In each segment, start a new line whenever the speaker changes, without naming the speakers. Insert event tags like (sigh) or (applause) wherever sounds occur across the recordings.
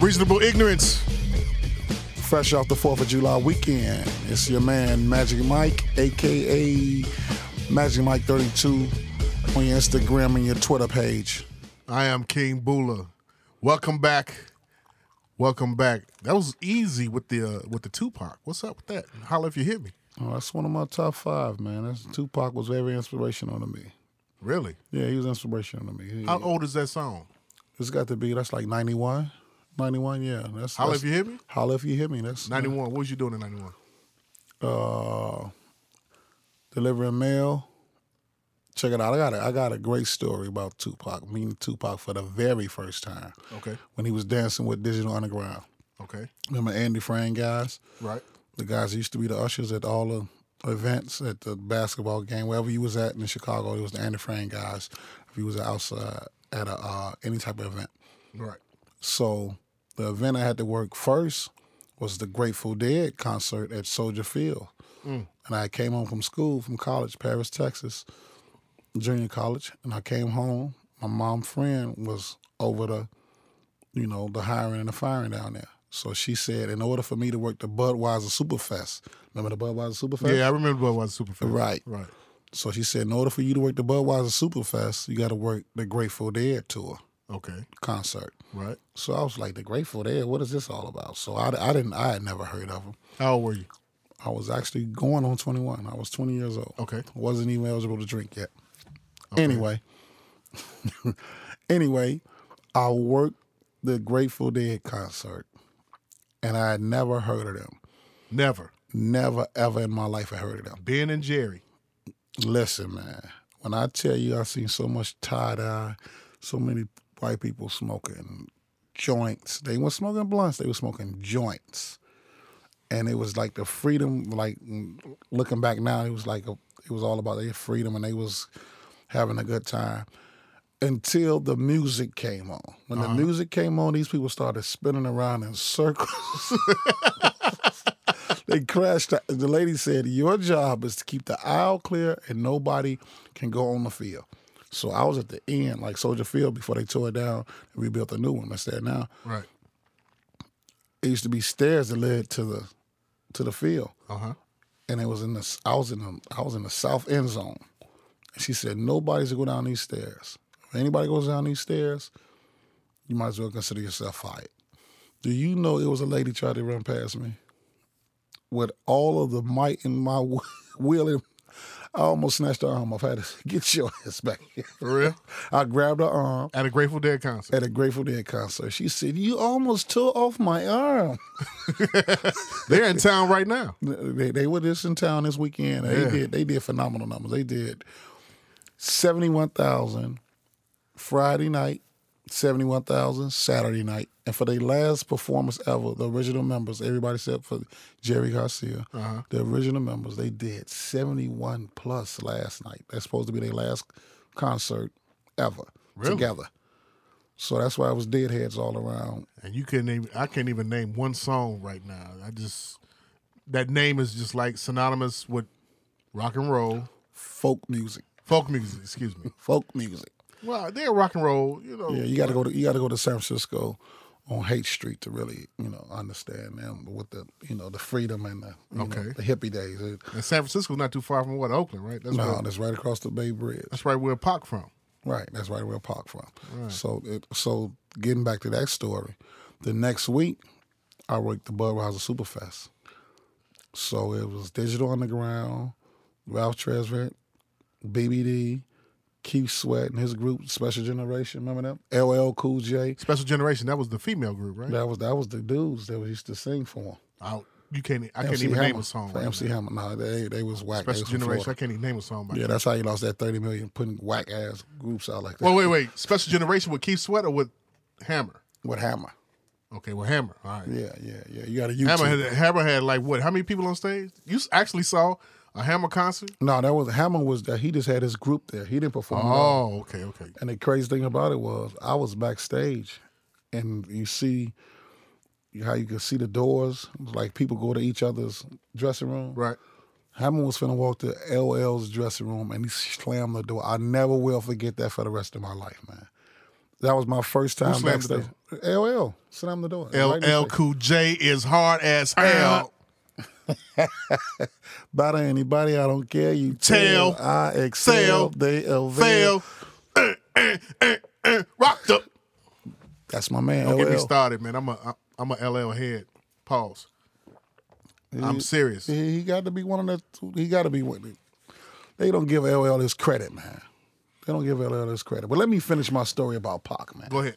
Reasonable Ignorance. Fresh off the 4th of July weekend. It's your man, Magic Mike, aka Magic Mike 32, on your Instagram and your Twitter page.
I am King Bula. Welcome back. Welcome back. That was easy with the uh, with the Tupac. What's up with that? Holler if you hear me.
Oh, that's one of my top five, man. That's, Tupac was very inspirational to me.
Really?
Yeah, he was inspirational to me. He-
How old is that song?
it's got to be, that's like 91. 91, (laughs) yeah. That's,
Holler
that's-
if you hear me.
Holla if you hear me. That's
Ninety one. What was you doing in ninety one?
uh, delivering mail. Check it out. I got a, I got a great story about Tupac, meeting Tupac for the very first time
Okay.
when he was dancing with Digital Underground.
Okay.
Remember Andy Frang guys?
Right.
The guys that used to be the ushers at all the events at the basketball game, wherever you was at in Chicago, it was the Andy Frang guys. If you was outside at a uh, any type of event.
Right.
So the event I had to work first was the Grateful Dead concert at Soldier Field. And I came home from school from college, Paris, Texas, junior college, and I came home. My mom friend was over the, you know, the hiring and the firing down there. So she said, in order for me to work the Budweiser Superfest, remember the Budweiser Superfest?
Yeah, I remember what was super fan.
Right.
Right.
So she said, in order for you to work the Budweiser Superfest, you got to work the Grateful Dead tour
Okay.
concert.
Right.
So I was like, the Grateful Dead, what is this all about? So I, I didn't, I had never heard of them.
How old were you?
I was actually going on 21. I was 20 years old.
Okay.
Wasn't even eligible to drink yet. Anyway, (laughs) anyway, I worked the Grateful Dead concert and I had never heard of them.
Never.
Never, ever in my life I heard of them.
Ben and Jerry.
Listen, man, when I tell you I've seen so much tie dye, so many white people smoking joints. They weren't smoking blunts, they were smoking joints. And it was like the freedom, like looking back now, it was like a, it was all about their freedom and they was having a good time until the music came on. When the music came on, these people started spinning around in circles. (laughs) they crashed. out. The lady said, "Your job is to keep the aisle clear, and nobody can go on the field." So I was at the end, like Soldier Field, before they tore it down and rebuilt a new one that's there now.
Right.
It used to be stairs that led to the to the field,
Uh huh.
and it was in the I was in the I was in the south end zone. And she said, "Nobody's to go down these stairs. If anybody goes down these stairs, you might as well consider yourself fired." Do you know it was a lady tried to run past me with all of the might in my wi- (laughs) will? and- I almost snatched her arm off. I had to (laughs) say, get your ass back here.
For real?
I grabbed her arm
At a Grateful Dead concert.
at a Grateful Dead concert. She said, "You almost tore off my arm."
They're in town right now.
they, they were just in town this weekend. They
Yeah.
did they did phenomenal numbers. They did seventy one thousand Friday night, seventy one thousand Saturday night, and for their last performance ever, the original members, everybody except for Jerry Garcia,
Uh-huh.
the original members, they did seventy one plus last night. That's supposed to be their last concert ever
Really?
together. So that's why it was deadheads all around.
And you couldn't even I can't even name one song right now. I just that name is just like synonymous with rock and roll.
Folk music,
Folk music, excuse
(laughs)
me.
folk music.
Well, they're rock and roll, you know.
Yeah, you got to go to you got to go to San Francisco on Haight Street to really you know understand them with the you know the freedom and the you
Okay.
know, the hippie days. It-
And San Francisco's not too far from what Oakland, right? That's
no,
where,
that's right across the Bay Bridge.
that's right where Pac from.
Right, that's right where Pac from. So it, so getting back to that story, the next week I worked the Budweiser Superfest. So it was Digital Underground, Ralph Tresvant, BBD, Keith Sweat and his group Special Generation. Remember them? LL Cool J.
Special Generation, that was the female group, right?
That was that was the dudes that used to sing for him.
I, you can't I can't
MC
even name
Hammer.
a song.
For
Right
MC
now.
Hammer. No, they they was whack. They
Special
was from
Generation, I
Florida.
can't even name a song by
Yeah, that's how you lost that thirty million, putting whack ass groups out like that.
Well, wait, wait. Special Generation with Keith Sweat or with Hammer?
with Hammer.
Okay, with Hammer. All right.
Yeah, yeah, yeah. You got to YouTube.
Hammer had, Hammer had like what? How many people on stage? You s- actually saw a Hammer concert?
No, that was Hammer was that he just had his group there. He didn't perform. at all.
Oh, okay, okay.
And the crazy thing about it was I was backstage, and you see how you could see the doors, like people go to each other's dressing room.
Right.
Hammond was finna walk to LL's dressing room and he slammed the door. I never will forget that for the rest of my life, man. That was my first time
slammed the
backstage.
door?
LL, sit down the door. Right in the
LL
face.
Cool J is hard as hell.
About anybody, I don't care. You
Tell,
tell, I excel,
sell,
they avail.
Fail. Eh, eh, eh, eh, Rocked up.
That's my man.
Get me
LL.
started, man. I'm a I'm a LL head. Pause. I'm serious.
He, he got to be one of the. He got to be one. They don't give LL his credit, man. They don't give LL his credit. But let me finish my story about Pac, man.
Go ahead.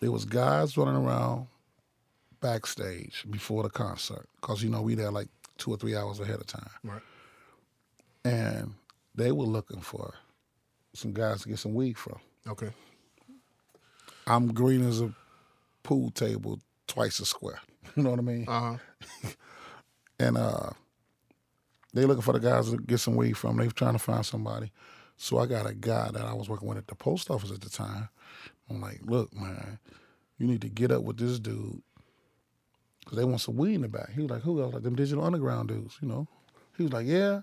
There was guys running around backstage before the concert because you know we there like two or three hours ahead of time,
Right.
and they were looking for some guys to get some weed from.
Okay.
I'm green as a pool table, twice a square. (laughs) You know what I mean?
Uh huh.
and uh they looking for the guys to get some weed from. They trying to find somebody. So I got a guy that I was working with at the post office at the time. I'm like, look, man, you need to get up with this dude because they want some weed in the back. He was like, who? I was like, them Digital Underground dudes, you know? He was like, yeah.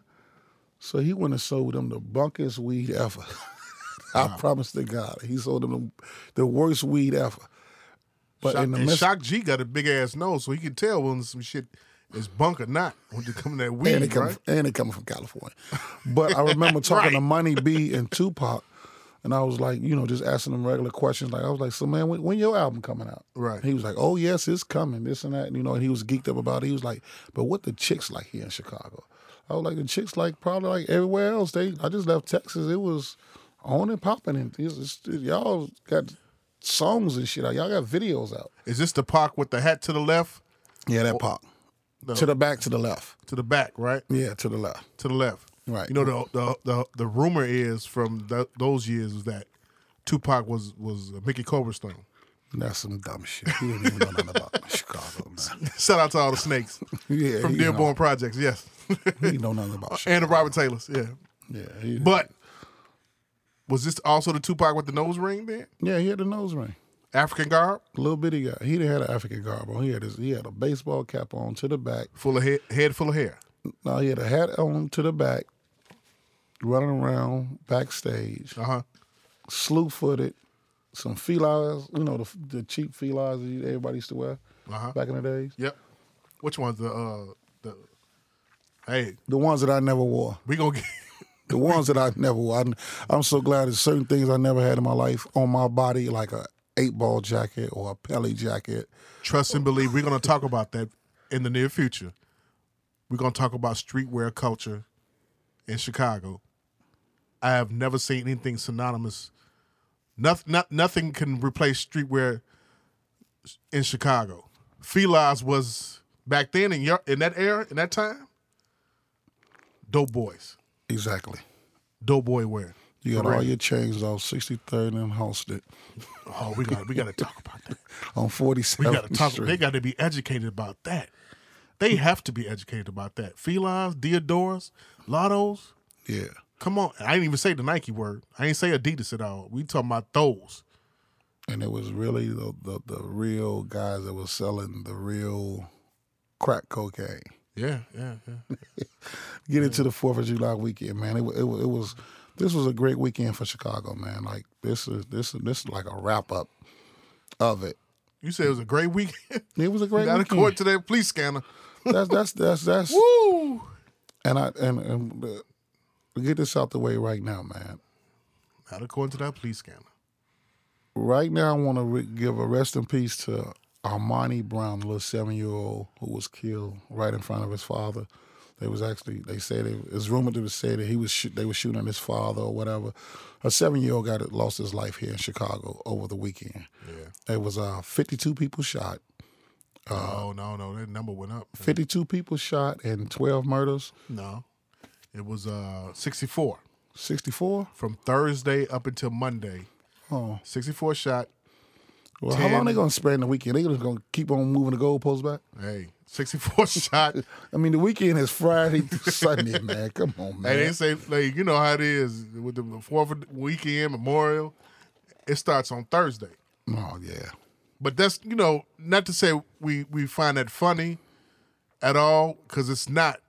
So he went and sold them the bunkest weed ever. (laughs) I promise to God, he sold them the, the worst weed ever. But
Shock,
in the
and
midst,
Shock G got a big ass nose, so he can tell when some shit is bunk or not when they come in that
(laughs) and it
weed,
coming
right?
and it coming from California. But I (laughs) remember talking to
Right.
Money B and Tupac, and I was like, you know, just asking them regular questions. Like I was like, so man, when, when your album coming out?
Right.
He was like, oh yes, it's coming, this and that. And, you know, and he was geeked up about it. He was like, but what the chicks like here in Chicago? I was like, the chicks like probably like everywhere else. They I just left Texas. It was on and popping, and it's, it's, y'all got songs and shit out. Y'all got videos out.
Is this the Pac with the hat to the left,
Yeah, that pop. To the back, to the left.
to the back, right,
Yeah, to the left.
to the left?
Right.
You know the the the, the rumor is from th those years is that Tupac was was Mickey Coverstone.
That's some dumb shit. You don't even know nothing about Chicago, man.
(laughs) Shout out to all the snakes
(laughs) Yeah,
from
he
Dearborn Projects, yes, (laughs)
Know, he know nothing about shit.
and the Robert Taylors, yeah.
Yeah, he,
But was this also the Tupac with the nose ring then?
yeah, he had a nose ring.
African garb,
Little bitty guy. He done had an African garb on. He had his, he had a baseball cap on to the back.
full of head, head full of hair.
Now he had a hat on to the back, running around backstage,
Uh huh.
slew footed, some felines. You know the the cheap felines that everybody used to wear
Uh-huh.
back in the days.
Yep. Which one's the uh the Hey,
The ones that I never wore.
we gonna (laughs) get
The ones that I never wore. I'm, I'm so glad there's certain things I never had in my life on my body, like a eight ball jacket or a pelly jacket.
trust and believe we're gonna talk about that in the near future. We're gonna talk about streetwear culture in Chicago. I have never seen anything synonymous. Nothing not, nothing can replace streetwear in Chicago. Feliz was back then in your in that era, in that time, dope boys.
Exactly.
Dope boy wear.
You got all your chains off, 63rd and Halstead
Oh, we got we gotta talk about that.
on
We got to
47th
talk.
Street.
They got to be educated about that. They have to be educated about that. Felines, Deodoras, Lottos.
yeah.
Come on. I didn't even say the Nike word. I ain't say Adidas at all. We talking about those.
And it was really the, the, the real guys that was selling the real crack cocaine.
Yeah, yeah, yeah.
Get into the 4th of July weekend, man. It, wa- it, wa- it was, this was a great weekend for Chicago, man. Like, this is, this, is- this is like a wrap up of it.
You said it was a great weekend.
It was a
(laughs)
great
Not
weekend.
according to that police scanner.
That's that's that's that's
Woo!
and I and, and uh, get this out the way right now, man.
Not according to that police scanner.
Right now, I want to re- give a rest in peace to Armani Brown, the little seven-year-old who was killed right in front of his father. They was actually they said it, it's rumored to say that he was shoot, they were shooting at his father or whatever. A seven-year-old got it- lost his life here in Chicago over the weekend. Yeah, it was uh 52 people shot. Uh.
oh no, no, that number went up.
52 people shot and 12 murders.
No, it was uh 64
64.
from Thursday up until Monday.
Oh.
64 shot.
Well, how long
Ten.
they gonna span the weekend? They just gonna keep on moving the goalposts back.
Hey, 64 (laughs) shot.
I mean, the weekend is
(laughs)
Friday through Sunday, man. Come on,
Hey, they
man.
say like you know how it is with the Fourth of- weekend Memorial. It starts on Thursday,
Oh yeah,
but that's you know not to say we we find that funny at all because it's not.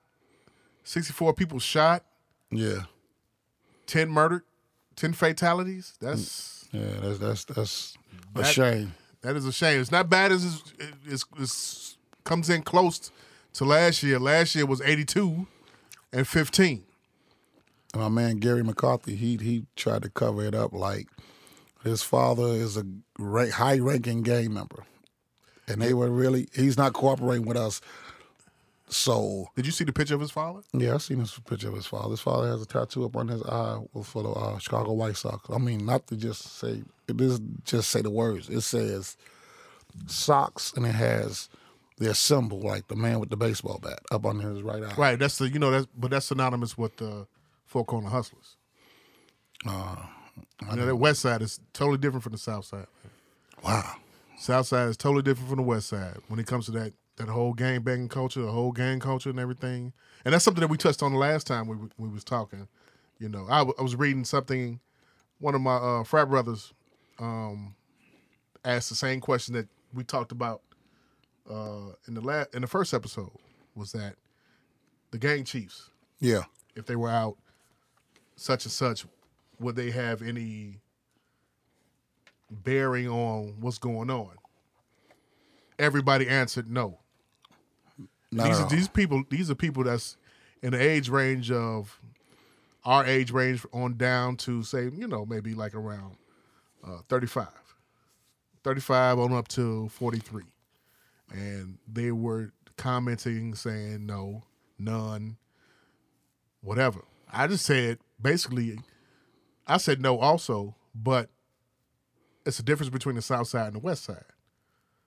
Sixty four people shot,
yeah,
ten murdered, ten fatalities. That's
yeah. That's that's that's a
That-
shame.
That is a shame. It's not bad as it's, it's, it's comes in close to last year. Last year was 82 and 15.
And my man Gary McCarthy, he he tried to cover it up like his father is a ra- high-ranking gang member, and they were really he's not cooperating with us. So
Did you see the picture of his father?
yeah, I seen this picture of his father. His father has a tattoo up on his eye with- for the uh, Chicago White Sox. I mean, not to just say it is just say the words. It says socks, and it has their symbol, like the man with the baseball bat, up on his right eye.
Right. That's the you know that's but that's synonymous with the Four Corner Hustlers. you know that West Side is totally different from the South Side.
Wow.
South Side is totally different from the West Side when it comes to that that whole gang banging culture, the whole gang culture, and everything. And that's something that we touched on the last time we w- we was talking. You know, I, w- I was reading something. One of my uh, frat brothers um, asked the same question that we talked about uh, in the la- in the first episode. Was that the gang chiefs?
Yeah.
if they were out such and such, would they have any bearing on what's going on? Everybody answered no.
Not
these
at
are
all.
these people these are people that's in the age range of our age range on down to say, you know, maybe like around uh, 35. 35 on up to 43. And they were commenting saying no, none, whatever. I just said basically, I said no also, but it's a difference between the South Side and the West Side.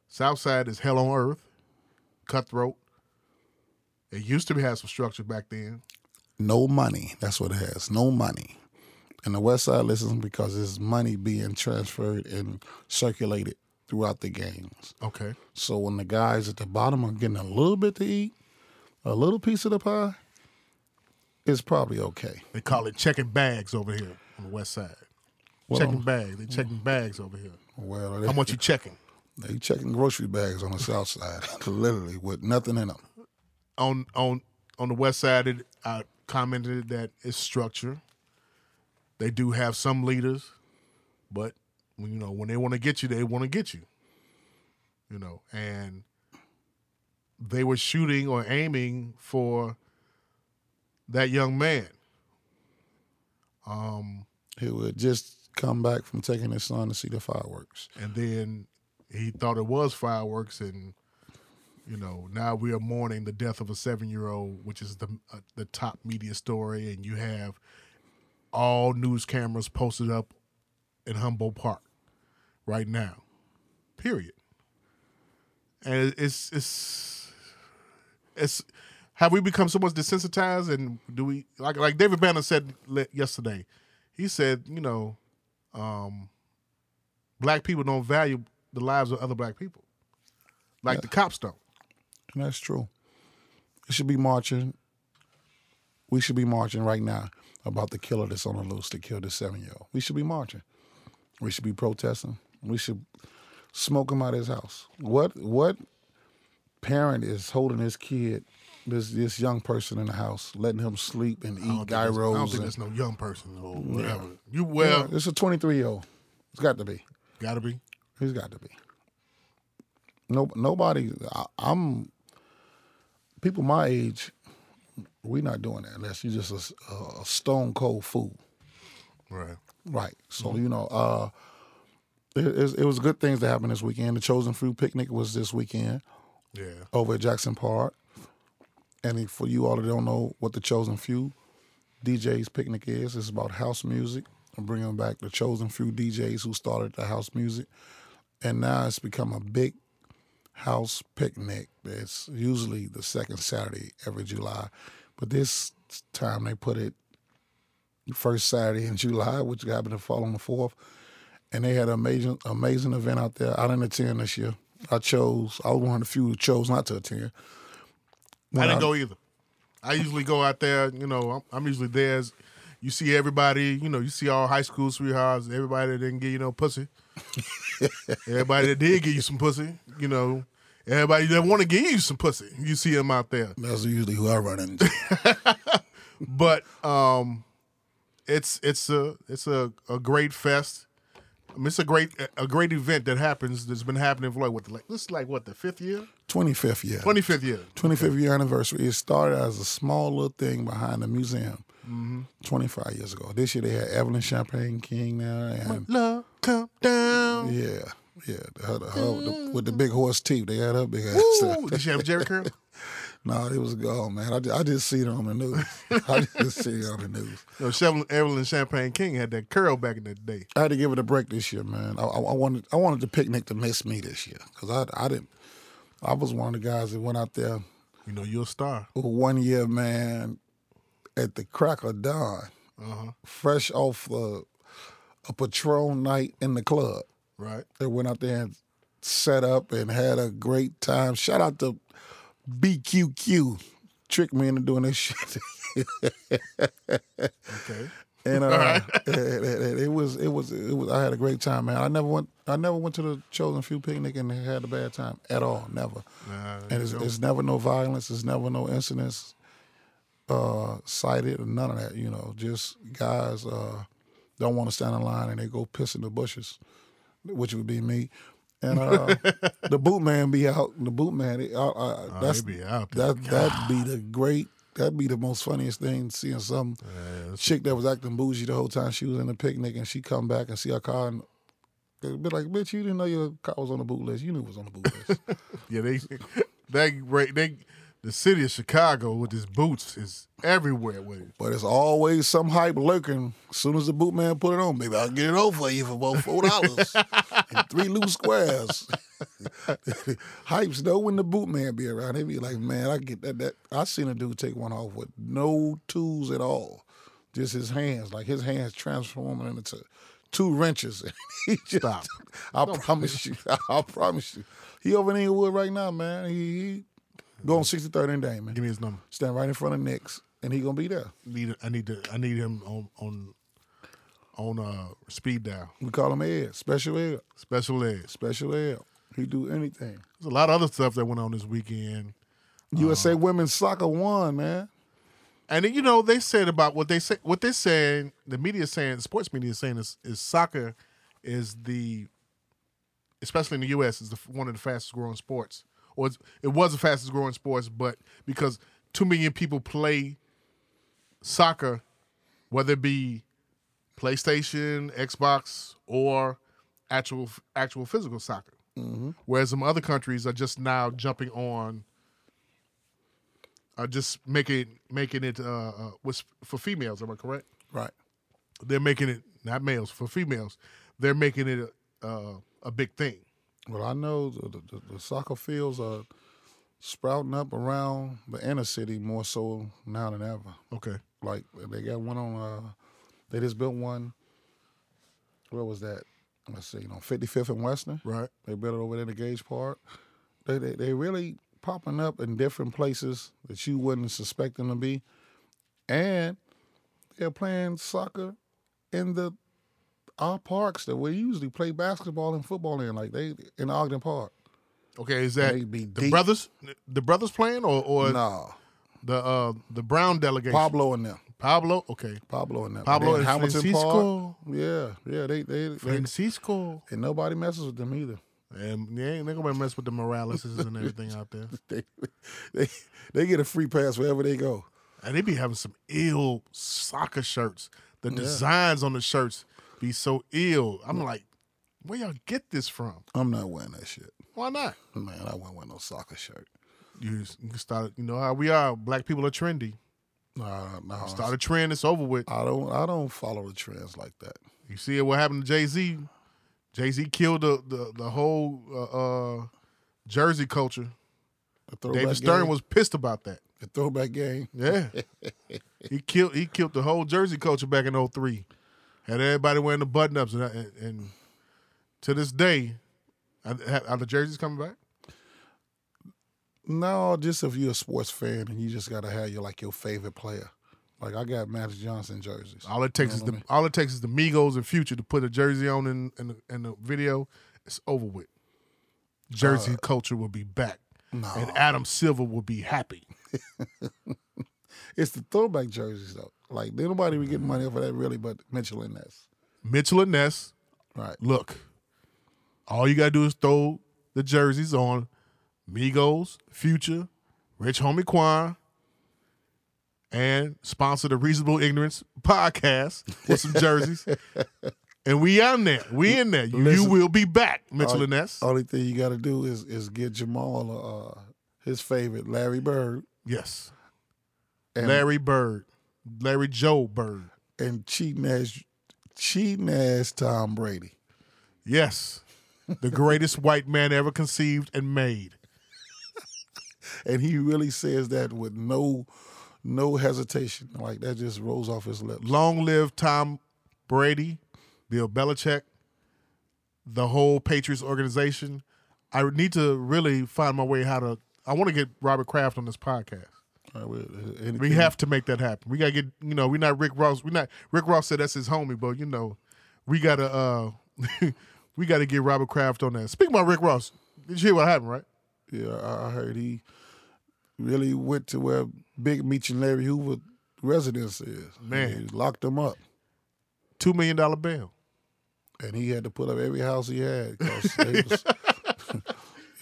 South Side is hell on earth, cutthroat. It used to have some structure back then.
no money. That's what it has. No money. And the West Side listens because there's money being transferred and circulated throughout the games.
Okay.
So when the guys at the bottom are getting a little bit to eat, a little piece of the pie, it's probably okay.
They call it checking bags over here on the West Side. checking bags. They checking bags over here.
Well,
How
they,
much you checking?
they checking grocery bags on the South Side, (laughs) literally with nothing in them.
on on on the west side it, i commented that it's structure they do have some leaders but you know when they want to get you they want to get you you know and they were shooting or aiming for that young man um
He would just come back from taking his son to see the fireworks.
and then he thought it was fireworks and you know now we are mourning the death of a seven-year-old which is the uh, the top media story and you have all news cameras posted up in humboldt park right now period and it's it's it's have we become so much desensitized and do we like like david banner said le- yesterday he said you know um black people don't value the lives of other black people. Like the cops don't.
And that's true. It should be marching. We should be marching right now about the killer that's on the loose that killed the seven year old. We should be marching. We should be protesting. We should smoke him out of his house. What what parent is holding his kid, this this young person in the house, letting him sleep and
I
eat
don't think that's- I don't
gyros?
think
and-
there's no young person or whatever.
Yeah.
You well
Yeah, it's a twenty three year old. It's got to be.
gotta be.
He's got to be. No, nobody. I, I'm. People my age, we're not doing that unless you're just a, a stone cold fool,
Right.
right? So you know, uh, it, it, it was good things that happened this weekend. The chosen fruit picnic was this weekend
Yeah.
over at Jackson Park. And if- for you all that don't know what the Chosen Few DJ's picnic is, it's about house music. I'm bringing back the Chosen Few DJs who started the house music, and now it's become a big house picnic. It's usually the second Saturday every July, but this time they put it the first Saturday in July, which happened to fall on the fourth. And they had an amazing, amazing event out there. I didn't attend this year. I chose. I was one of the few who chose not to attend.
I
When
didn't go either. I usually go out there, you know, I'm, I'm usually there. as- You see everybody, you know, you see all high school sweethearts, everybody that didn't give you no (laughs) pussy. everybody that did give you some pussy, you know, everybody that want to give you some pussy, you see them out there.
That's usually who I run (laughs) into.
but um it's it's a it's a, a great fest I mean, it's a great a great event that happens that's been happening for like what like this is like what the fifth year,
25th year.
twenty fifth year.
25th year anniversary. It started as a small little thing behind the museum Mm-hmm. 25 years ago. This year they had Evelyn Champagne King there. And
Love come down.
yeah, yeah. the- her- the- her- the- with the big horse teeth, they had her big ass. there. (laughs)
Ooh, did you have Jerry Curl?
No, it was gone, man. I, ju- I just see it on the news. (laughs) I just see it on the news.
No, Shovel- Evelyn Champagne King had that curl back in the day.
I had to give it a break this year, man. I, I, I wanted I wanted the picnic to miss me this year because I I didn't. I was one of the guys that went out there
You know, you're a star.
one year, man, at the crack of dawn,
Uh-huh.
fresh off a, a Patron night in the club.
Right.
They went out there and set up and had a great time. Shout out to BQQ, tricked me into doing this (laughs) shit.
Okay.
and uh, (laughs) it, it- it- it was it was it was. I had a great time, man. I never went I never went to the chosen few picnic and had a bad time at all. Never.
Nah,
And it's, it's never no violence. It's never no incidents uh, cited or none of that. You know, just guys uh, don't want to stand in line and they go piss in the bushes, which would be me. And
(laughs)
uh, the boot man be out. The boot man, it, I, I, that's
Oh, be out there.
that that be the great. That'd be the most funniest thing seeing some chick that was acting bougie the whole time she was in the picnic and she come back and see her car and they'd be like, "Bitch, you didn't know your car was on the boot list. You knew it was on the boot list."
yeah, they they right they the city of Chicago with his boots is everywhere with it.
But it's always some hype lurking. As soon as the boot man put it on, baby, I'll get it over for you for about four dollars and three loose squares. (laughs) Hypes know when the boot man be around. They be like, man, I get that. That I seen a dude take one off with no tools at all, just his hands. Like his hands transforming into two wrenches. (laughs) he just,
Stop.
I promise you. (laughs) I promise you. He over in Inglewood right now, man. He, he going sixty third and Damon.
Give me his number.
Stand right in front of Nick's, and he gonna be there.
Need I need to I need him on on on uh speed dial.
We call him Ed, Special Ed,
Special ed.
Special Ed. He do anything.
There's a lot of other stuff that went on this weekend.
USA Women's Soccer won, man.
And then, you know, they said about what they say what they're saying, the media saying, sports media is saying is, is soccer is the especially in the US is the one of the fastest growing sports. Or it's, it was the fastest growing sports, but because 2 million people play soccer whether it be PlayStation, Xbox, or actual actual physical soccer. Whereas some other countries are just now jumping on, are just making making it uh, uh was for females. Am I correct?
Right.
They're making it not males for females. They're making it a, uh, a big thing.
Well, I know the, the, the- the soccer fields are sprouting up around the inner city more so now than ever.
Okay,
Like they got one on. Uh, they just built one. Where was that? Let's see, on 55th and Western.
right.
They built it over there in the Gage Park. They, they they really popping up in different places that you wouldn't suspect them to be, and they're playing soccer in the our parks that we usually play basketball and football in, like they in Ogden Park.
Okay, is that
They be
the
deep.
brothers? The brothers playing or or
Nah,
the uh the Brown delegation?
Pablo and them,
Pablo. Okay,
Pablo and them.
Pablo
They in
and Francisco.
Yeah, yeah, they they, they
Francisco.
and nobody messes with them either. (laughs)
And they ain't they gonna mess with the Moraleses and everything out there.
They they they get a free pass wherever they go.
And they be having some ill soccer shirts. The designs on the shirts be so ill. I'm like, where y'all get this from?
I'm not wearing that shit,
Why not?
man. I wouldn't wear no soccer shirt.
You, just- you started, you know how we are. Black people are trendy.
Nah, nah.
Start a trend, it's over with.
I don't I don't follow the trends like that.
You see what happened to Jay Z? Jay Z killed the the, the whole uh, uh, Jersey culture.
The throwback
David Stern
game,
was pissed about that.
the throwback game.
Yeah. he killed he killed the whole Jersey culture back in 03. Had everybody wearing the button ups and, and, and to this day, are, are the jerseys coming back?
No, just if you're a sports fan and you just gotta have your like your favorite player. Like I got Magic Johnson jerseys.
All it takes is the all it takes is the Migos and Future to put a jersey on in in the, in the video. It's over with. Jersey culture will be back,
No,
and Adam Silver will be happy.
it's the throwback jerseys though. Like ain't nobody be getting money for that really, but Mitchell and Ness.
Mitchell and Ness,
Right.
Look, all you gotta do is throw the jerseys on Migos, Future, Rich Homie Quan, and sponsor the Reasonable Ignorance podcast with some
(laughs)
jerseys. and we on there. We in there. You, you
Listen. Oh,
will be back, Mitchell
All-
and Ness.
Only thing you got to do is is get Jamal uh, his favorite Larry Bird
yes.
and
Larry Bird. Larry Joe Bird.
and cheating ass cheating ass Tom Brady.
Yes. The greatest white man ever conceived and made.
And he really says that with no no hesitation. Like that just rolls off his lips.
Long live Tom Brady, Bill Belichick, the whole Patriots organization. I need to really find my way how to. I want to get Robert Kraft on this podcast.
All right, well, uh,
We
anything-
have to make that happen. We gotta get you know. We're not Rick Ross. We're not Rick Ross said that's his homie, but you know, we gotta uh, (laughs) we gotta get Robert Kraft on that. Speaking about Rick Ross, did you hear what happened? Right?
Yeah, I I heard he really went to where Big Meech and Larry Hoover residence is.
Man.
he locked them up.
Two million dollar bail.
And he had to put up every house he had 'cause
(laughs)
they was-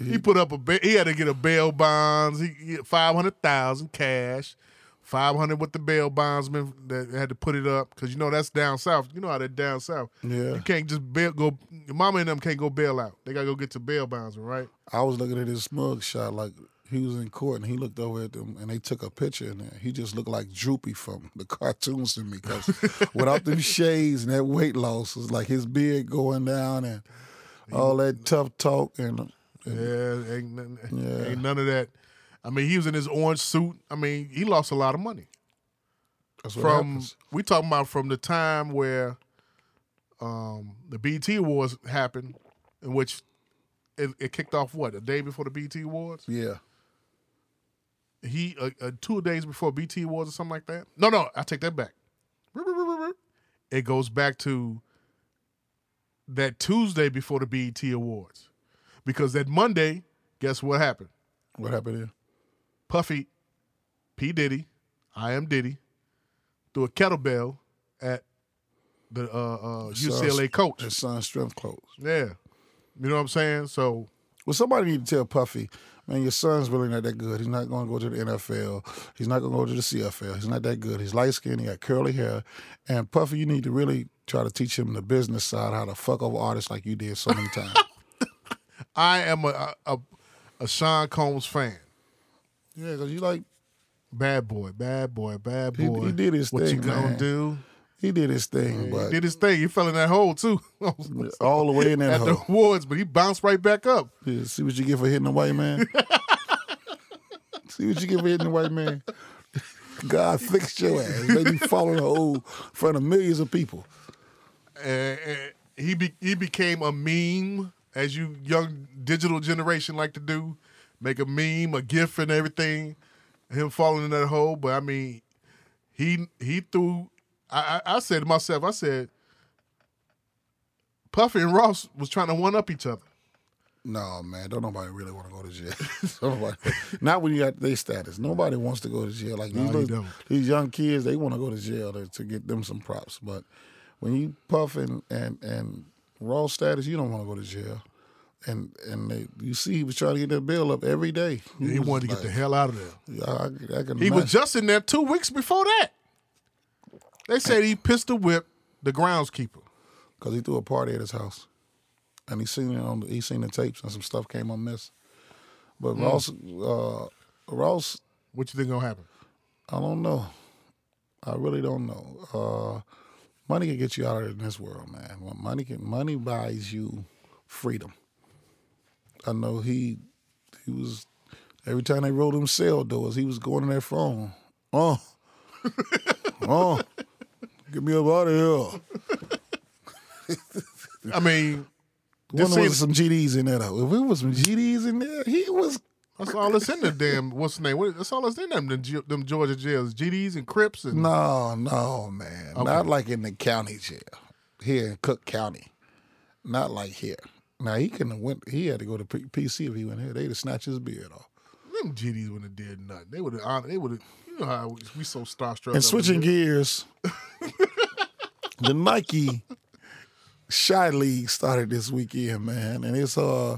He put up a ba- he had to get a bail bonds. He, he five hundred thousand cash, five hundred with the bail bondsman that had to put it up because you know that's down south. You know how that down south.
yeah.
You can't just bail go. Your mama and them can't go bail out. They gotta go get to bail bondsman, right?
I was looking at his mug shot like he was in court and he looked over at them and they took a picture and he just looked like droopy from the (laughs) cartoons to me because without them shades and that weight loss was like his beard going down and all that tough talk and
Yeah, ain't, none-
Yeah.
ain't none of that. I mean, he was in his orange suit. I mean, he lost a lot of money.
that's what
from
happens.
we talking about from the time where um, the BT Awards happened, in which it, it kicked off what a day before the BT Awards.
Yeah.
He uh, uh, two days before BT Awards or something like that. No, no, I take that back. It goes back to that Tuesday before the BET Awards, because that Monday, guess what happened?
What happened here?
Puffy, P. Diddy, I am Diddy, threw a kettlebell at the uh, uh,
So-
UCLA coach.
His son's strength clothes.
Yeah. You know what I'm saying? So
Well, somebody need to tell Puffy, man, your son's really not that good. He's not going to go to the NFL. He's not going to go to the CFL. He's not that good. He's light skinned. He got curly hair. And Puffy, you need to really try to teach him the business side, how to fuck over artists like you did so
(laughs)
many times.
I am a, a, a Sean Combs fan.
yeah, because you like,
Bad boy, bad boy, bad
He-
boy.
he did his
what
thing,
you gonna
man.
do?
he did his thing,
He
but
did his thing. He fell in that hole too (laughs)
all the way in that
at the
hole.
awards, but he bounced right back up.
Yeah, see what you get for hitting a white
(laughs)
man? see what you get for hitting a
(laughs)
white man? God fixed your ass. Made you fall in a hole in front of millions of people.
And, and he be, he became a meme, as you young digital generation like to do, make a meme, a gif, and everything. Him falling in that hole, but I mean, he he threw. I I, I said to myself, I said, Puffy and Ross was trying to one up each other.
No, man, don't nobody really want to go to jail. (laughs) Don't nobody- not when you got their status. Nobody wants to go to jail. Like
No,
these,
you
little,
don't.
these young kids, they want to go to jail to, to get them some props. But when you puff and and, and raw status, you don't want to go to jail. And and they, you see, he was trying to get that bill up every day.
He wanted to get the hell out of there.
the hell. I, I can
He was
imagine.
just in there two weeks before that. They said he pistol whipped the groundskeeper.
because he threw a party at his house, and he seen it on the, he seen the tapes and some stuff came on miss. But
Hmm.
Ross, uh, Ross
What you think gonna happen?
I don't know. I really don't know. Uh, money can get you out of this world, man. Well, Money can money buys you freedom. I know he he was every time they rolled them cell doors, he was going in their phone.
(laughs)
Oh, oh, get me up out of here.
I mean, This
Wonder was
seems-
some GDs in there though. If it was some GDs in there, he was
That's all that's in the damn. What's the name? What, that's all that's in them. Them, Ge- them Georgia jails, GDs and Crips, and
No, no, man. Not like in the county jail. Here in Cook County. Not like here. Now he couldn't have went he had to go to P- PC if he went here. They'd have snatched his beard off.
them GDs wouldn't have did nothing. They would have. They would have. You know how we so starstruck.
(laughs) And
over
switching
here.
gears, the Nike Shy League started this weekend, man, and it's uh,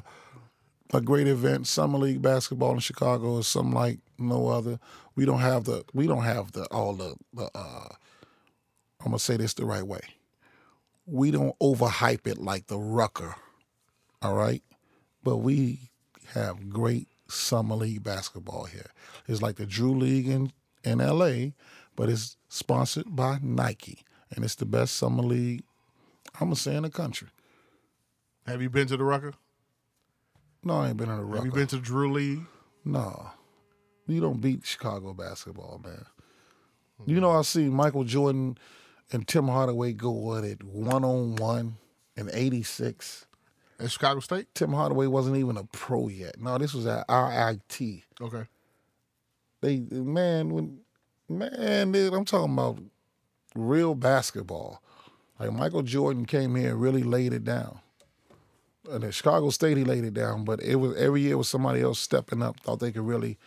a great event. Summer League basketball in Chicago is something like no other. We don't have the we don't have the all the, the uh, I'm gonna say this the right way. We don't overhype it like the Rucker, all right? But we have great summer league basketball here. It's like the Drew League in in LA, but it's sponsored by Nike, and it's the best summer league I'm gonna say in the country.
Have you been to the Rucker?
No, I ain't been in the
Have
Rucker.
you been to Drew League?
No. You don't beat Chicago basketball, man. You
Hmm.
know, I see Michael Jordan and Tim Hardaway go at it one on one in 86.
At Chicago State?
Tim Hardaway wasn't even a pro yet. No, this was at RIT.
Okay.
They, man, when, man, dude, I'm talking about real basketball. Like Michael Jordan came here and really laid it down. And at Chicago State, he laid it down, but it was every year was somebody else stepping up, thought they could really,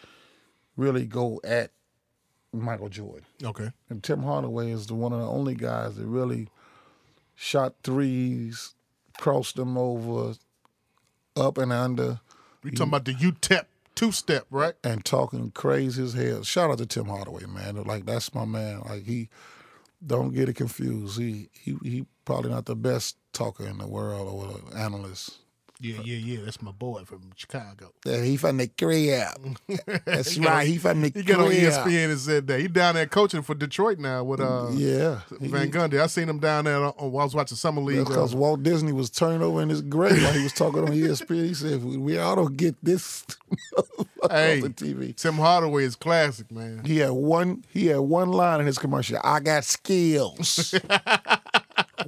really go at Michael Jordan.
Okay.
And Tim Hardaway is the one of the only guys that really shot threes, crossed them over, up and under,
We talking about the UTEP two step, right?
and talking crazy as hell. Shout out to Tim Hardaway, man. Like that's my man. Like he, don't get it confused. He he he probably not the best talker in the world or analyst.
Yeah, yeah, yeah. That's my boy from Chicago.
Yeah, he from the Korea. (laughs) That's right. He from the
He got on E
E
ESPN and said that he down there coaching for Detroit now with uh
Yeah,
Van Gundy. I seen him down there. On, on- I was watching summer league. uh,
because Walt Disney was turned over in his grave while he was talking on ESPN. He said, "If "We all don't get this (laughs)
Hey.
on the TV."
Tim Hardaway is classic, man.
He had one. He had one line in his commercial. I got skills.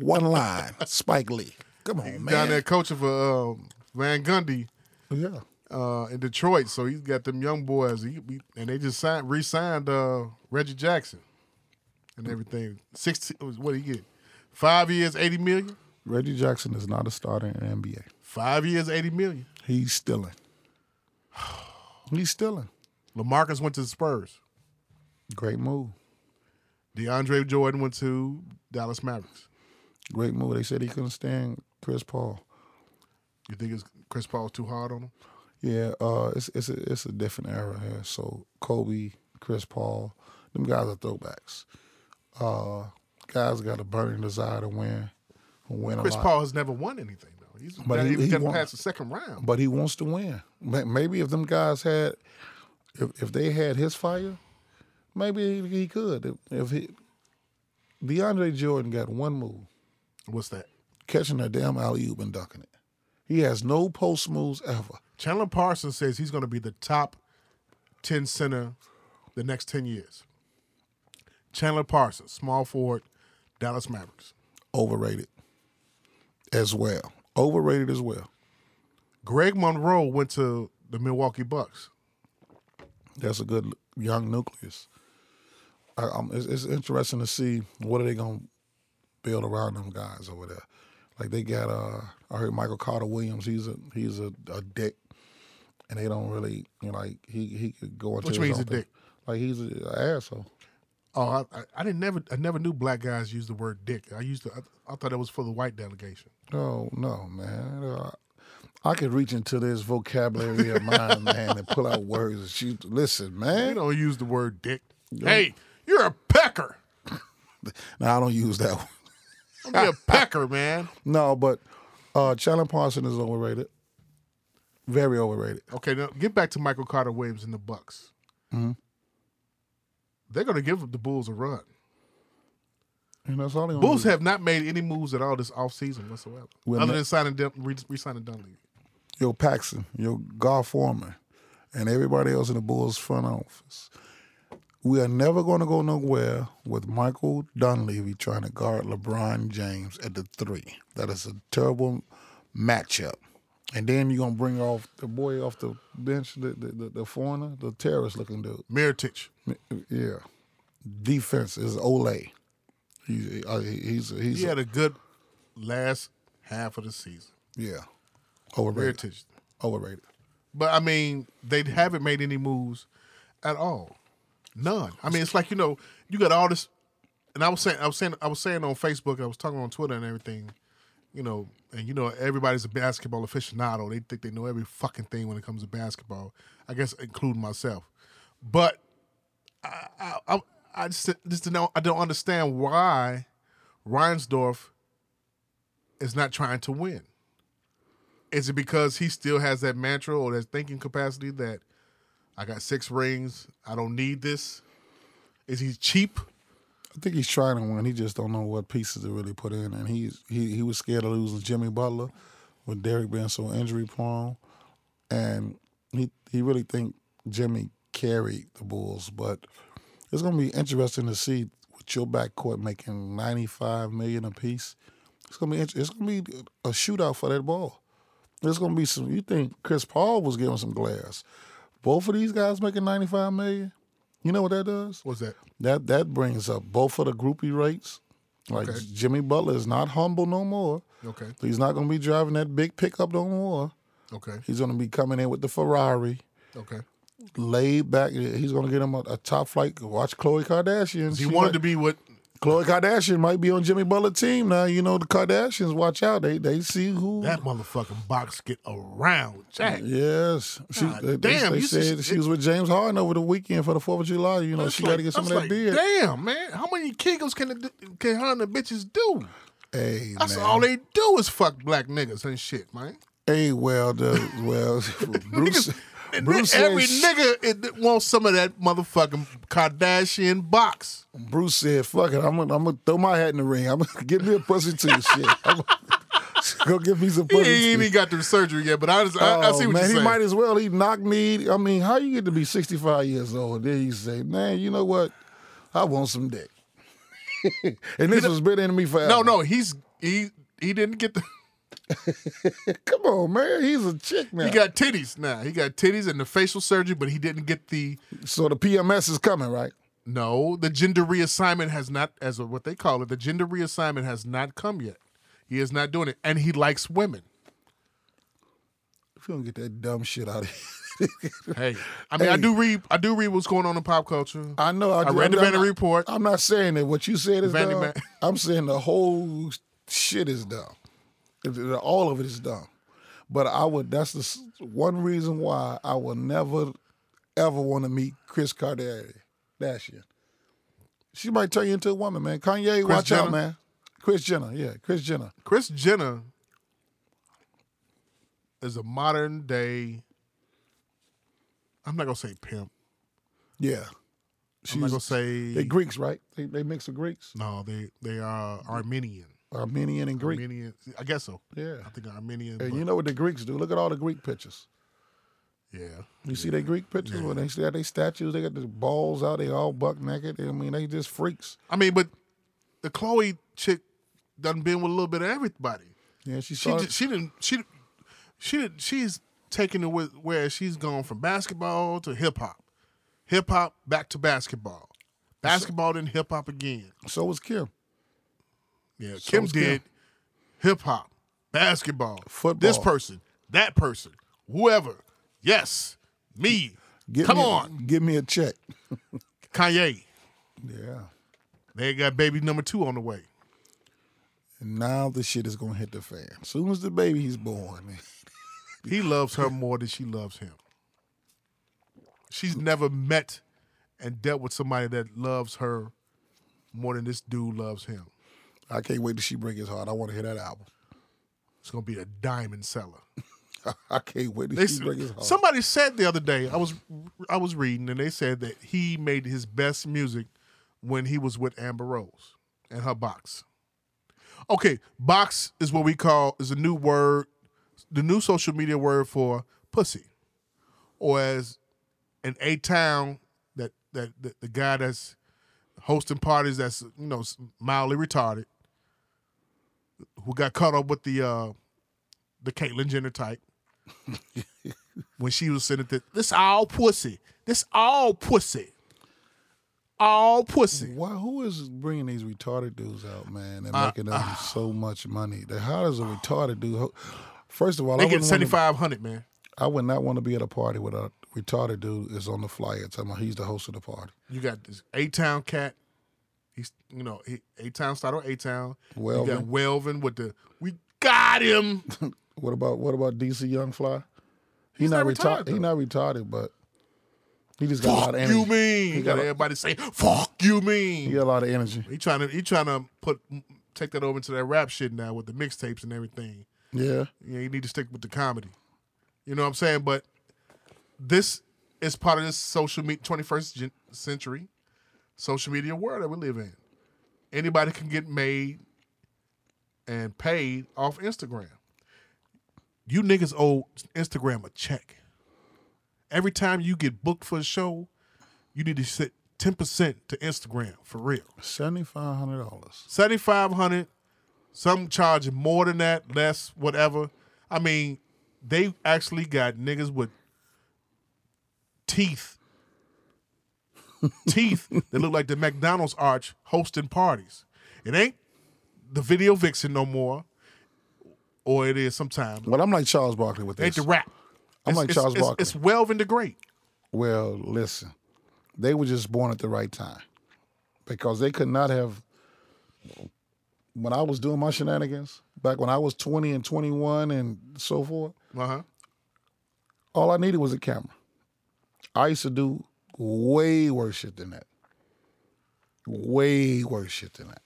one line. Spike Lee. Come on, man.
Down there coaching for um, Van Gundy
Yeah.
uh, in Detroit. So he's got them young boys, he, he- and they just signed, re-signed uh, Reggie Jackson and everything. Sixteen. What did he get? Five years, eighty million.
Reggie Jackson is not a starter in the NBA.
Five years, eighty million.
He's stealing. (sighs) He's stealing.
Lamarcus went to the Spurs.
Great move.
DeAndre Jordan went to Dallas Mavericks.
Great move. They said he couldn't stand Chris Paul.
You think it's Chris Paul's too hard on him?
Yeah, uh, it's it's a, it's a different era here. So Kobe, Chris Paul, them guys are throwbacks. Uh, guys got a burning desire to win, win
Chris
a lot.
Paul has never won anything though. He's
But
not
he-
even
he
gotten
won.
past the second round.
but he wants to win. May- Maybe if them guys had, if if they had his fire, maybe he- he could. If, if he, DeAndre Jordan got one move,
What's that?
catching a damn alley oop and dunking it. He has no post moves ever.
Chandler Parsons says he's going to be the top 10 center the next 10 years. Chandler Parsons, small forward, Dallas Mavericks.
Overrated, as well. Overrated as well.
Greg Monroe went to the Milwaukee Bucks.
That's a good young nucleus. I, i it's, it's interesting to see what are they gonna build around them guys over there. Like they got, uh, I heard Michael Carter Williams. He's a he's a, a dick, and they don't really you know, like he he could go into
What you mean
his
he's
own
a
thing.
dick?
Like he's an asshole.
Oh, I, I, I didn't never I never knew black guys used the word dick. I used to I, I thought that was for the white delegation.
Oh no, man. Uh, I could reach into this vocabulary of mine, (laughs) man, and pull out words. And shoot. Listen,
They
man.
don't use the word dick. Hey, you're a pecker.
Now I don't use that one.
Don't be a pecker, man.
No, but uh Chandler Parsons is overrated. Very overrated.
Okay, now get back to Michael Carter Williams and the Bucks. They're going to give the Bulls a run.
And that's all they
Bulls
do.
have not made any moves at all this offseason whatsoever,
Um, Well,
other
ma-
than signing Dun- re- re-signing Dunleavy.
your Paxson, your Gar Foreman, and everybody else in the Bulls front office. We are never going to go nowhere with Michael Dunleavy trying to guard LeBron James at the three. That is a terrible matchup. And then you're going to bring off the boy off the bench, the, the, the, the foreigner, the terrorist looking dude.
Miritich,
Yeah. Defense is Ole. He's, uh, he's, he's
he had a good last half of the season.
yeah. Overrated.
Miritich,
Overrated.
but I mean they haven't made any moves at all, none. I mean it's like you know you got all this, and I was saying I was saying I was saying on Facebook I was talking on Twitter and everything you know, and you know, everybody's a basketball aficionado. They think they know every fucking thing when it comes to basketball. I guess including myself. But I, I, I, I just, just don't, know- I don't understand why Reinsdorf is not trying to win. Is it because he still has that mantra or that thinking capacity that I got six rings, I don't need this? Is he cheap?
I think he's trying to win. He just don't know what pieces to really put in, and he's he he was scared of losing Jimmy Butler, with Derek being so injury prone, and he he really think Jimmy carried the Bulls. But it's gonna be interesting to see with your backcourt making ninety five million apiece. It's gonna be int- it's gonna be a shootout for that ball. There's gonna be some. You think Chris Paul was giving some glass? Both of these guys making ninety five million. You know what that does?
What's that?
That that brings up both of the groupie rates. Like
Okay.
Jimmy Butler is not humble no more.
Okay.
He's not going to be driving that big pickup no more.
Okay.
He's going to be coming in with the Ferrari,
Okay.
laid back. He's going to get him a, a top flight. Watch Khloe Kardashian.
He wanted to be what
Khloe Kardashian might be on Jimmy Butler's team now. You know the Kardashians. Watch out. They they see who.
that motherfucking box get around. Jack.
Yes, she,
God
they,
damn,
They,
you
said
should-
she was with James Harden over the weekend for the Fourth of July. You know
It's
she
like-
got to get some
I was
of that
like,
beer.
Damn, man. How many kegels can the, can Honda bitches do?
Hey,
That's
man.
all they do is fuck black niggas and shit, man.
Hey, well, the,
(laughs)
well, Bruce,
And
Bruce,
then every
said,
nigga it wants some of that motherfucking Kardashian box.
Bruce said, "Fuck it, I'm gonna, I'm gonna throw my hat in the ring. I'm gonna (laughs) get me a pussy too. shit, I'm gonna, (laughs) go get me some
He
pussy
ain't
too.
even got through surgery yet, but I, just, I, I see what
Oh, man,
you're
he
saying.
might as well. He knocked me. I mean, how you get to be 65 years old? Then he say, man, you know what? I want some dick. (laughs) and this was been in me forever.
no, no, he's he he didn't get the (laughs)
come on, man. He's a chick now.
he got titties now. He got titties and the facial surgery, but he didn't get the
so the PMS is coming, right?
No, the gender reassignment has not, as what they call it, the gender reassignment has not come yet. He is not doing it, and he likes women.
If you don't get that dumb shit out of here." (laughs)
Hey, I mean, I
Hey.
do read, I do read what's going on in pop culture.
I know. I,
I read the
I'm
Vanity
not-
Report.
I'm not saying that what you said is
Vanity
dumb.
(laughs) Man.
I'm saying the whole shit is dumb. It- it- All of it is dumb. But I would. That's the s- one reason why I will never, ever want to meet Chris Kardashian. She might turn you into a woman, man. Kanye, watch
Jenner?
out, man. Chris Jenner, yeah, Chris Jenner.
Chris Jenner is a modern day. I'm not gonna say pimp.
Yeah,
I'm not
she's
gonna say
they Greeks, right? They they mix of Greeks,
no. They they are Armenian.
Armenian and Greek. Uh,
Armenian. I guess so.
Yeah,
I think Armenian.
and
but-
you know what the Greeks do? Look at all the Greek pictures.
yeah.
You see their Greek pictures where they still got their statues, they got the balls out, they all buck naked. I mean, they just freaks.
I mean, but the Chloe chick done been with a little bit of everybody.
Yeah, she
She
saw.
did, she didn't she didn't- she did, she's taken it with where she's gone from basketball to hip hop, hip hop back to basketball, basketball then hip hop again.
so was Kim.
Yeah,
So
Kim
is Kim.
did hip hop, basketball,
Football.
This person, that person, whoever. Yes, me.
Give
Come
me a-
on,
give me a check.
Kanye.
Yeah.
They got baby number two on the way.
And now the shit is gonna hit the fan. Soon as the baby's born,
He loves her more than she loves him. She's never met and dealt with somebody that loves her more than this dude loves him.
I can't wait till she break his heart. I want to hear that album. (laughs)
It's gonna be a diamond seller.
I can't wait till
They,
she break his heart.
somebody said the other day, I was I was reading, and they said that he made his best music when he was with Amber Rose and her box. Okay, box is what we call is a new word, the new social media word for pussy, or as in a town that, that that the guy that's hosting parties that's you know mildly retarded, who got caught up with the uh the Caitlyn Jenner
(laughs)
type when she was sending that this all pussy, this all pussy, all pussy.
Why? Who is bringing these retarded dudes out, man, and
Uh,
making them so much money? The- How does a retarded dude? ho- First of all,
They get
I wouldn't wanna-
seventy five hundred, man.
I would not want to be at a party with a retarded dude is on the flyer talking about he's the host of the party.
You got this A Town cat. He's you know A Town started A Town. You got
Welvin.
Welvin with the we Got him.
What about what about DC Young Fly? He's,
not
not,
retired,
retarded. He's not retarded, but he just got a lot
Fuck
of
you
energy.
mean? You got
got a-
everybody say, "Fuck you
He
mean."
got a lot of energy.
He trying to he trying to put take that over into that rap shit now with the mixtapes and everything.
Yeah.
you know, you need to stick with the comedy. You know what I'm saying? But this is part of this social media, 21st gen- century social media world that we live in. Anybody can get made and paid off Instagram. You niggas owe Instagram a check. Every time you get booked for a show, you need to sit 10% to Instagram for real.
Seventy five hundred dollars.
7500 some charge more than that less whatever i mean they actually got niggas with teeth teeth that look like the mcdonald's arch hosting parties it ain't the video vixen no more or it is sometimes
Well, I'm like Charles Barkley with
ain't
this.
the rap
I'm like Charles
it's,
Barkley.
it's Welvin the great
Well, listen, they were just born at the right time because they could not have. When I was doing my shenanigans back when I was 20 and 21 and so forth,
uh-huh
all I needed was a camera. I used to do way worse shit than that. Way worse shit than that.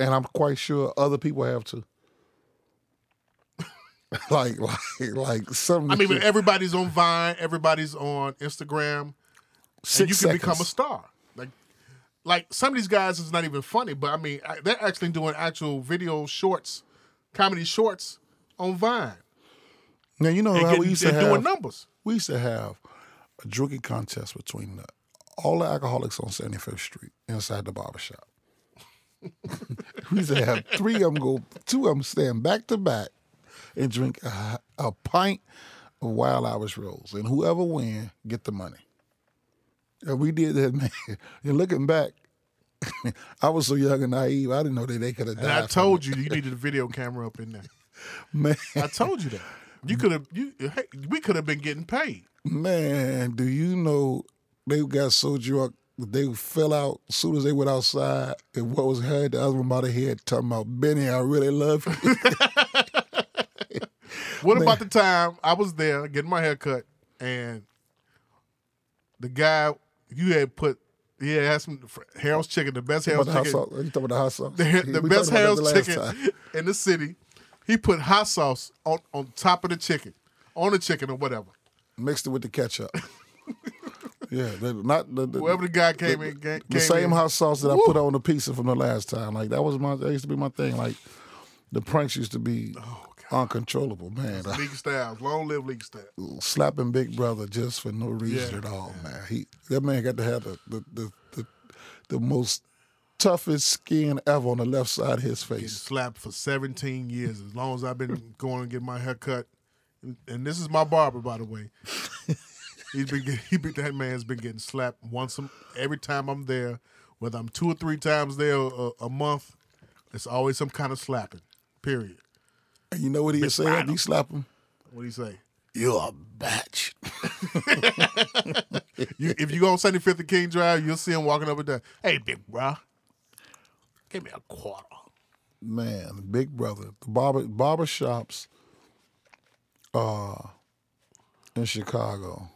And I'm quite sure other people have too. (laughs) like, like, like some.
i mean but everybody's on vine everybody's on instagram
six
and you can become a
seconds.
star. Like, like some of these guys is not even funny, but I mean, I- they're actually doing actual video shorts, comedy shorts on Vine.
Now you know
And
how
getting-
we used to
and
have.
doing numbers.
we used to have a drinking contest between the, all the alcoholics on 75th Street inside the barber shop. (laughs) we used to have three of them go, two of them stand back to back and drink a, a pint of Wild Irish Rose. And whoever win, get the money. And we did that, (laughs) man. And looking back, (laughs) I was so young and naive, I didn't know that they could have died.
And I
from
told you, you needed a video camera up in there.
it. man,
I told you that. You could have, you hey, we could have been getting paid.
Man, do you know they got so drunk that they fell out as soon as they went outside and what was heard the other one by the head talking about Benny, I really love
(laughs)
you.
What about the time I was there getting my hair cut and the guy you had put, he had some Harold's chicken, the best Harold's
about the hot
chicken.
sauce. You talking about the hot sauce?
the, (laughs)
We
the
talked
best
about
Harold's
that
chicken
last time.
(laughs) in the city. He put hot sauce on, on top of the chicken, on the chicken or whatever.
Mixed it with
(laughs)
the ketchup. yeah, the, not the, the,
Whoever the guy came in, came,
the
came
same
in.
hot sauce that
Woo.
I put on the pizza from the last time. Like that was my that used to be my thing. Like the pranks used to be
Oh
uncontrollable, man.
League Styles, long live League Styles.
slapping Big Brother just for no reason
Yeah.
at all, man. He that man got to have the the the, the, the most toughest skin ever on the left side of his
Been
face.
slapped for 17 years. As long as I've been going and getting my hair cut, and this is my barber, by the
(laughs)
way. He's been get- he been, that man's been getting slapped once a, every time I'm there, whether I'm two or three times there a, a month. It's always some kind of slapping. Period.
And you know what he said? after You slap him.
What do you say?
You're a batch.
You, if you go on 75th and King Drive, you'll see him walking up and down. Hey, big bro, give me a quarter.
Man, Big Brother. The barber barber shops uh in Chicago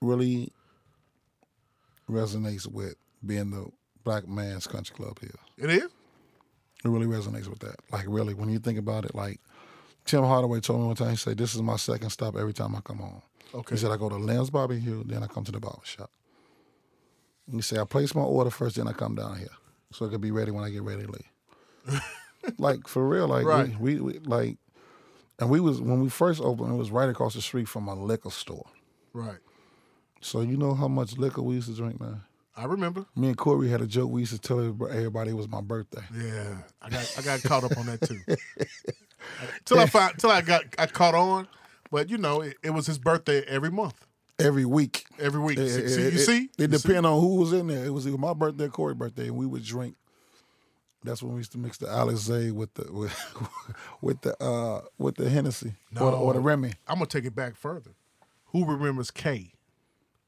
really resonates with being the black man's country club here.
It is.
It really resonates with that. Like really, when you think about it, like Tim Hardaway told me one time, he said, This is my second stop every time I come home.
Okay.
He said, I go to Lamb's Barbecue, then I come to the barber shop. And He said, I place my order first, then I come down here. So it could be ready when I get ready to leave.
(laughs)
like for real, like
Right.
we, we, we like and we was when we first opened, it was right across the street from a liquor store.
Right.
So you know how much liquor we used to drink, man?
I remember.
Me and Corey had a joke we used to tell everybody it was my birthday.
Yeah, I got I got caught up on that too.
(laughs)
till I find, till I got I caught on, but you know it, it was his birthday every month,
Every week.
every week.
It-
see,
it-
see-
it-
you see,
It,
You see?
depend on who was in there. It was either my birthday or Corey's birthday, and we would drink. That's when we used to mix the Alizé with the (laughs) with, with the uh with the Hennessy or, the, or the
No.
Remy.
I'm gonna take it back further. Who remembers K?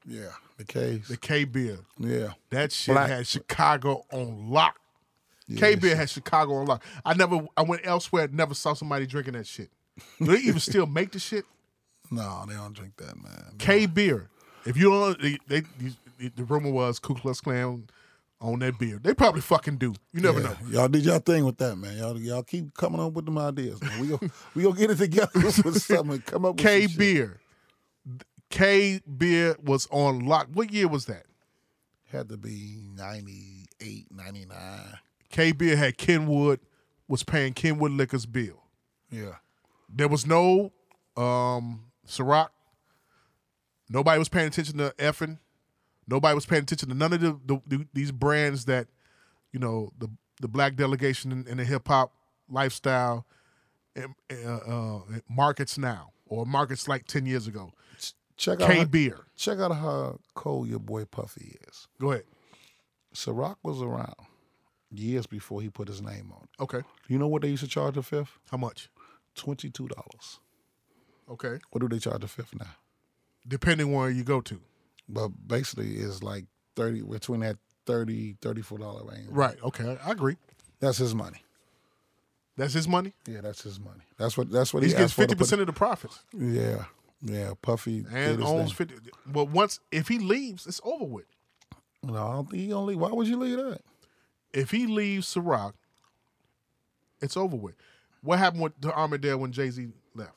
Yeah, the K's.
The K beer.
yeah,
That shit
Black.
had Chicago on lock. K beer has Chicago on lock. I never I went elsewhere, never saw somebody drinking that shit. Do they even still make the
(laughs)
shit?
No, they don't drink that, man.
K beer. If you don't, they, they, you- the rumor was Ku Klux Klan on that beer. They probably fucking do. You never
Yeah.
know.
Y'all did y'all thing with that, man. Y'all y'all keep coming up with them ideas, man. We gonna (laughs) we gonna get it together (laughs)
(laughs)
with something. and Come up with
K
some shit.
beer. K beer was on lock. What year was that?
had to be 98, 99.
K beer had Kenwood was paying Kenwood Liquors bill.
Yeah,
There was no um Ciroc. Nobody was paying attention to effing. Nobody was paying attention to none of the, the, the- these brands that, you know, the the black delegation and, and the hip hop lifestyle um, uh, uh, markets now or markets like ten years ago.
check out
K
how,
beer.
check out how cold your boy Puffy is.
Go ahead.
Ciroc was around years before he put his name on it.
Okay.
You know what they used to charge the fifth?
How much?
Twenty two dollars.
Okay.
What do they charge the fifth now?
Depending where you go to.
But basically, it's like thirty between that 30 34 dollar range.
Right. Okay. I agree.
That's his money.
That's his money.
Yeah, that's his money. That's what that's what
He
he
gets
asked for.
fifty
to put-
percent of the profits.
Yeah, yeah. Puffy did
and
his
owns
thing.
fifty. But once if he leaves, it's over with.
No, I don't think he gonna leave. Why would you leave that?
If he leaves Ciroc, it's over with. What happened with to Armadale when Jay Z left?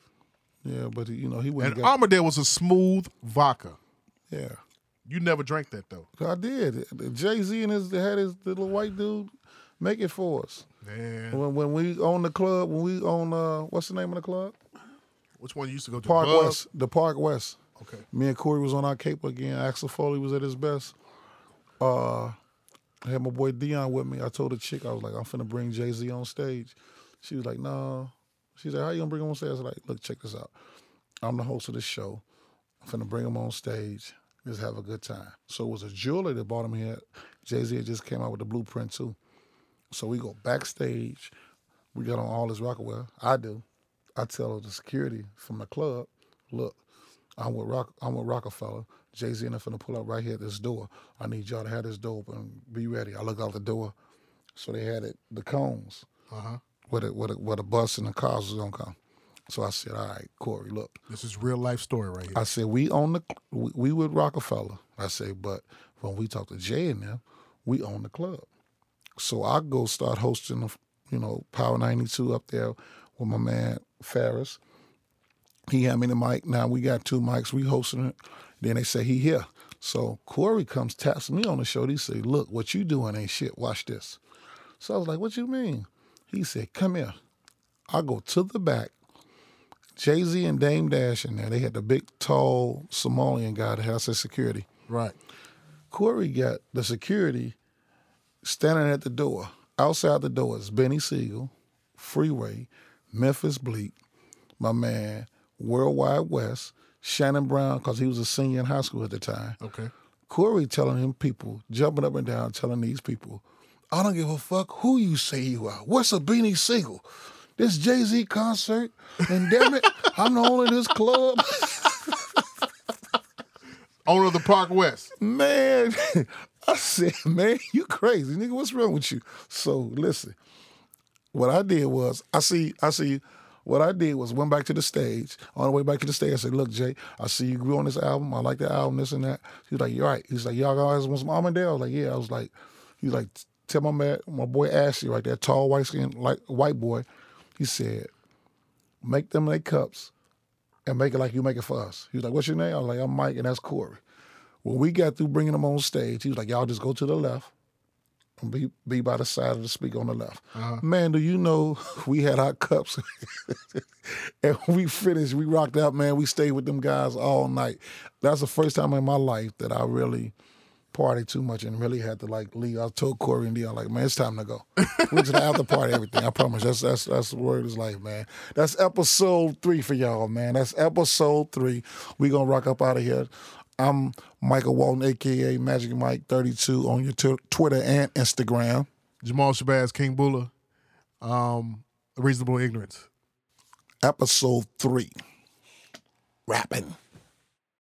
Yeah, but you know he wouldn't.
And
Get,
Armadale was a smooth vodka.
yeah,
You never drank that though.
I did. Jay Z and his had his little white dude make it for us.
Man,
When, when we own the club, when we own uh, what's the name of the club?
which one you used to go to?
Park
Buzz?
West. The Park West.
Okay.
Me and Corey was on our cape again. Axel Foley was at his best. Uh, I had my boy Dion with me. I told the chick, I was like, I'm finna bring Jay Z on stage. She was like, No. She's like, How you gonna bring him on stage? I was like, Look, check this out. I'm the host of this show. I'm finna bring him on stage. Just have a good time. So it was a jeweler that bought him here. Jay Z just came out with the blueprint too. So we go backstage. We got on all this Rockaway. I do. I tell the security from the club, look, I'm with Rock. I'm with Rockefeller. Jay Z and I'm finna pull up right here at this door. I need y'all to have this door open. Be ready. I look out the door, so they had it the cones
Uh huh.
where the where the, where the bus and the cars was gonna come. So I said, all right, Corey, look.
This is real life story right here.
I said we own the we, we with Rockefeller. I say, but when we talk to Jay and them, we own the club. So I go start hosting, the, you know, Power ninety two up there with my man Ferris. He had me the mic. Now we got two mics. We hosting it. Then they say he here. So Corey comes taps me on the show. He say, look, what you doing ain't shit. Watch this. So I was like, what you mean? He said, come here. I go to the back. Jay Z and Dame Dash in there. They had the big, tall Somalian guy that has his security.
right.
Corey got the security standing at the door. Outside the door is Benny Siegel, Freeway, Memphis Bleak, my man, Worldwide West, Shannon Brown, because he was a senior in high school at the time.
Okay.
Corey telling him people, jumping up and down, telling these people, I don't give a fuck who you say you are. What's a beanie single? This Jay Z concert, and damn it, I'm the owner of this club. (laughs)
Owner of the Park West.
Man, (laughs) I said, man, you crazy, nigga. What's wrong with you? So listen, what I did was, I see, I see, what I did was went back to the stage. On the way back to the stage, I said, look, Jay, I see you grew on this album. I like the album, this and that. He was like, you're right. He's like, y'all guys want some Armadale? I was like, yeah. I was like, he's like, tell my man, my boy Ashley right there, tall, white skinned, like white boy. He said, make them their cups and make it like you make it for us. He was like, what's your name? I was like, I'm Mike, and that's Corey. When we got through bringing him on stage, he was like, "Y'all just go to the left and be be by the side of the speaker on the left." Man, do you know (laughs) we had our cups (laughs) and we finished. We rocked out, man. We stayed with them guys all night. That's the first time in my life that I really partied too much and really had to like leave. I told Corey and D, I'm like, man, it's time to go. We to the after party, everything. I promise. That's that's that's the word is life, man. That's episode three for y'all, man. That's episode three. We gonna rock up out of here. I'm Michael Walton, aka Magic Mike 32 on your t- Twitter and Instagram.
Jamal Shabazz, King Bula. Um, reasonable ignorance.
Episode three. Rapping.